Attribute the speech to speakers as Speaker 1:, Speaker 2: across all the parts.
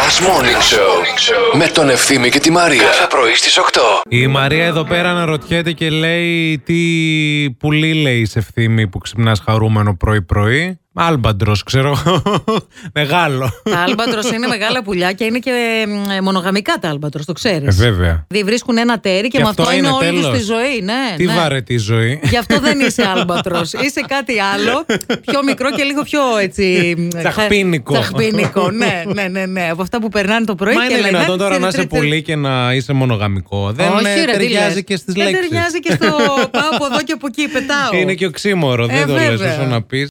Speaker 1: Last Morning Show με τον Ευθύμη και τη Μαρία. Κάθε πρωί στις 8.
Speaker 2: Η Μαρία εδώ πέρα αναρωτιέται και λέει τι πουλί λέει σε ευθύμη που ξυπνάς χαρούμενο πρωί-πρωί. Άλμπαντρος, ξέρω εγώ. Μεγάλο.
Speaker 3: Τα άλμπατρο είναι μεγάλα πουλιά και είναι και ε, μονογαμικά τα άλμπατρο, το ξέρεις.
Speaker 2: Ε, βέβαια.
Speaker 3: Δηλαδή βρίσκουν ένα τέρι και,
Speaker 2: Και
Speaker 3: με αυτό,
Speaker 2: αυτό
Speaker 3: είναι,
Speaker 2: είναι
Speaker 3: όλη τους
Speaker 2: τέλος.
Speaker 3: τη ζωή. Ναι,
Speaker 2: Τι
Speaker 3: ναι.
Speaker 2: βαρετή ζωή.
Speaker 3: Γι' αυτό δεν είσαι άλμπατρο. είσαι κάτι άλλο, πιο μικρό και λίγο πιο έτσι. ε,
Speaker 2: Τσαχπίνικο.
Speaker 3: Τσαχπίνικο, ναι, ναι, ναι, ναι. Από αυτά που περνάνε το πρωί
Speaker 2: Μα
Speaker 3: και
Speaker 2: είναι
Speaker 3: λαϊδάκι,
Speaker 2: δυνατόν τώρα
Speaker 3: τσιρι,
Speaker 2: να είσαι
Speaker 3: τσιρι, τσιρι.
Speaker 2: πουλί και να είσαι μονογαμικό. Δεν
Speaker 3: Όχι,
Speaker 2: ε,
Speaker 3: ρε, τι λες.
Speaker 2: ταιριάζει και στις
Speaker 3: Δεν
Speaker 2: λέξεις.
Speaker 3: ταιριάζει και στο πάω από εδώ και από εκεί, πετάω.
Speaker 2: Είναι και οξύμορο,
Speaker 3: Ε,
Speaker 2: δεν το λε
Speaker 3: βέβαια.
Speaker 2: όσο να πει.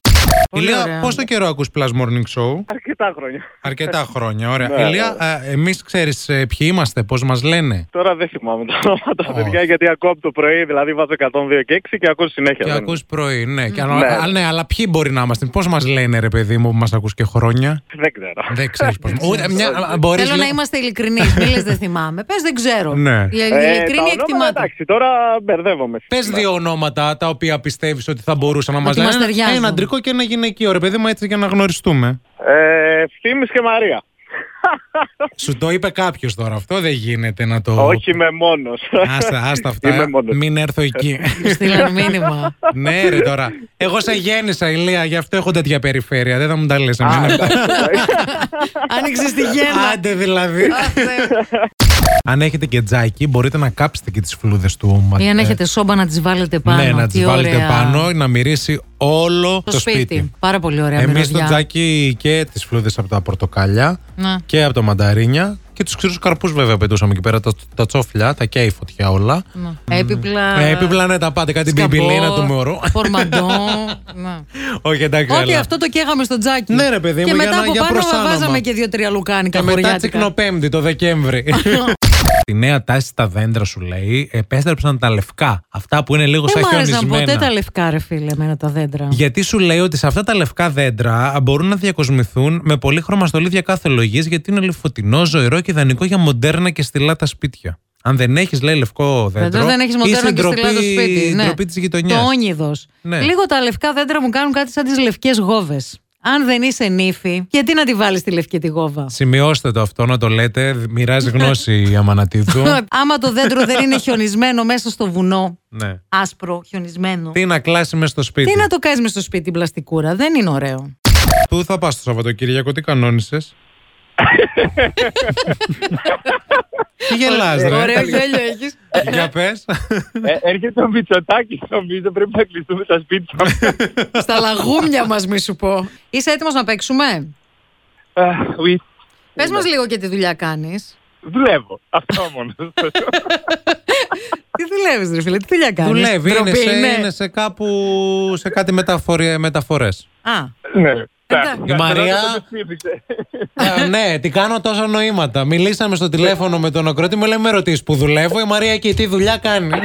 Speaker 3: Πολύ
Speaker 2: Ηλία,
Speaker 3: ωραία.
Speaker 2: πόσο καιρό ακούς Plus Morning Show?
Speaker 4: Αρκετά χρόνια.
Speaker 2: Αρκετά χρόνια, ωραία. Ηλία, ε, εμείς ξέρεις ποιοι είμαστε, πώς μας λένε.
Speaker 4: Τώρα δεν θυμάμαι τα ονόματα,
Speaker 2: Ω.
Speaker 4: παιδιά, γιατί ακούω από το πρωί, δηλαδή βάζω 102 και 6 και ακούω συνέχεια.
Speaker 2: Και
Speaker 4: δεν-
Speaker 2: ακούς πρωί, ναι. Και, αν-
Speaker 4: Ναι.
Speaker 2: α, ναι, αλλά ποιοι μπορεί να είμαστε, πώς μας λένε, ρε παιδί μου, που μας ακούς και χρόνια.
Speaker 4: Δεν ξέρω.
Speaker 2: Δεν ξέρεις πώς. Ούτε μια. Μπορείς,
Speaker 3: Θέλω να
Speaker 2: λίγο-
Speaker 3: είμαστε ειλικρινείς. Μην λες, δεν θυμάμαι. Πες, δεν ξέρω.
Speaker 2: Ναι.
Speaker 3: Η
Speaker 4: Ε, τα
Speaker 3: ειλικρίνη
Speaker 4: ονόματα,
Speaker 3: εκτιμάται.
Speaker 4: Εντάξει, τώρα μπερδεύομαι.
Speaker 2: Πες δύο ονόματα τα οποία πιστεύεις ότι θα μπορούσαν να μας
Speaker 3: Ότι
Speaker 2: λένε.
Speaker 3: μας ταιριάζουν.
Speaker 2: Ένα αντρικό και ένα γυναικείο, ρε παιδί μου, έτσι για να γνωριστούμε.
Speaker 4: Ε, Ευθύμης και Μαρία.
Speaker 2: Σου το είπε κάποιος τώρα αυτό, δεν γίνεται να το.
Speaker 4: Όχι με μόνος.
Speaker 2: Άστα, άστα
Speaker 4: Είμαι
Speaker 2: αυτά.
Speaker 4: μόνος.
Speaker 2: Μην έρθω εκεί.
Speaker 3: Τους στείλαν μήνυμα.
Speaker 2: ναι, ρε τώρα. Εγώ σε γέννησα, Ηλία, γι' αυτό έχω τέτοια περιφέρεια. Δεν θα μου τα λες εμένα.
Speaker 3: Άνοιξε τη γέννα.
Speaker 2: Άντε δηλαδή. Αν έχετε και τζάκι, μπορείτε να κάψετε και τις φλούδες του
Speaker 3: Ή αν
Speaker 2: μαντέ.
Speaker 3: έχετε σόμπα να τις βάλετε πάνω.
Speaker 2: Ναι, να
Speaker 3: Τις
Speaker 2: τι βάλετε
Speaker 3: ωραία.
Speaker 2: πάνω, να μυρίσει όλο
Speaker 3: Το,
Speaker 2: το,
Speaker 3: σπίτι. Πάρα πολύ ωραία
Speaker 2: Εμείς το
Speaker 3: μυρωδιά.
Speaker 2: τζάκι και τις φλούδες από τα πορτοκάλια
Speaker 3: Ναι.
Speaker 2: και από τα μανταρίνια και τους ξηρούς καρπούς βέβαια πετούσαμε εκεί πέρα. Τα, τα τσόφλια, τα καίει η φωτιά όλα.
Speaker 3: Ναι. Έπιπλα.
Speaker 2: Ε, Έπιπλα ναι, τα πάτε, κάτι
Speaker 3: σκαμπό,
Speaker 2: μπιμπιλίνα του μωρού.
Speaker 3: Φορμαντό. ναι.
Speaker 2: Όχι εντάξει.
Speaker 3: Όχι,
Speaker 2: αλλά-
Speaker 3: αυτό το καίγαμε στο τζάκι.
Speaker 2: Ναι, ρε, παιδί
Speaker 3: και
Speaker 2: μου,
Speaker 3: μετά
Speaker 2: για να-
Speaker 3: από
Speaker 2: για
Speaker 3: πάνω
Speaker 2: προσάνωμα.
Speaker 3: βάζαμε και δύο-τρία λουκάνικα
Speaker 2: Και μετά
Speaker 3: χωριάτικα.
Speaker 2: τσικνοπέμπτη το Δεκέμβρη. Τη νέα τάση στα δέντρα σου λέει επέστρεψαν τα λευκά. Αυτά που είναι λίγο
Speaker 3: Δεν
Speaker 2: σαν
Speaker 3: μου άρεσαν
Speaker 2: χιονισμένα.
Speaker 3: ποτέ τα λευκά, ρε φίλε, εμένα τα δέντρα.
Speaker 2: Γιατί σου λέει ότι σε αυτά τα λευκά δέντρα μπορούν να διακοσμηθούν με πολύ χρωμαστολίδια κάθε λογής γιατί είναι φωτεινό, ζωηρό και ιδανικό για μοντέρνα και στυλά τα σπίτια. Αν δεν έχεις, λέει λευκό δέντρο.
Speaker 3: Εδώ δεν έχεις μοντέρνα και στυλά το σπίτι.
Speaker 2: Ναι. ντροπή της γειτονιάς.
Speaker 3: Το όνειδος.
Speaker 2: Ναι.
Speaker 3: Λίγο τα λευκά δέντρα μου κάνουν κάτι σαν τις λευκές γόβες. Αν δεν είσαι νύφη, γιατί να τη βάλεις τη λευκή τη γόβα.
Speaker 2: Σημειώστε το αυτό να το λέτε. Μοιράζει
Speaker 3: Ναι.
Speaker 2: γνώση η Αμανατίδου.
Speaker 3: Άμα το δέντρο δεν είναι χιονισμένο μέσα στο βουνό,
Speaker 2: ναι.
Speaker 3: άσπρο, χιονισμένο.
Speaker 2: Τι να κλάσει μες στο σπίτι.
Speaker 3: Τι να το κάνεις μες στο σπίτι την πλαστικούρα, δεν είναι ωραίο.
Speaker 2: Πού θα πας το Σαββατοκύριακο, τι κανόνισες. τι γελάς ρε.
Speaker 3: Ωραίο γέλιο έχεις.
Speaker 2: Για πες.
Speaker 4: Ε, έρχεται ο Μητσοτάκης, νομίζω πρέπει να κλειστούμε τα σπίτια μας.
Speaker 3: Στα λαγούμια μας, μη σου πω. Είσαι έτοιμος να παίξουμε.
Speaker 4: Ε, oui.
Speaker 3: Πες μας λίγο και τι δουλειά κάνεις.
Speaker 4: Δουλεύω. Αυτό μόνο.
Speaker 3: Τι δουλεύεις, ρε φίλε, τι δουλειά κάνεις.
Speaker 2: Δουλεύει, ναι, είναι σε,
Speaker 3: ναι.
Speaker 2: είναι σε κάπου σε κάτι μεταφορέ.
Speaker 3: Α,
Speaker 4: ναι.
Speaker 3: Εντάξει.
Speaker 2: Η Μαρία-
Speaker 4: Δεν το θύμισε.
Speaker 2: ναι, τι κάνω τόσα νοήματα. Μιλήσαμε στο τηλέφωνο με τον Ακρότη, μου λέει με ρωτήσεις που δουλεύω. Η Μαρία και τι δουλειά κάνει. Ναι,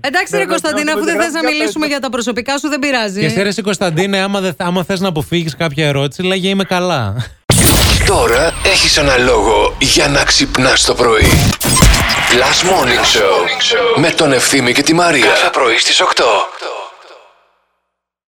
Speaker 3: Εντάξει, ρε Κωνσταντίνα, αφού δεν θες να μιλήσουμε για τα προσωπικά σου, δεν πειράζει.
Speaker 2: και σε ρε Κωνσταντίνε, άμα, δε, άμα θες να αποφύγεις κάποια ερώτηση, λέγε είμαι καλά.
Speaker 1: Τώρα έχεις ένα λόγο για να ξυπνάς το πρωί. Last Morning Show με τον Ευθύμη και τη Μαρία. Κάθε πρωί στις 8.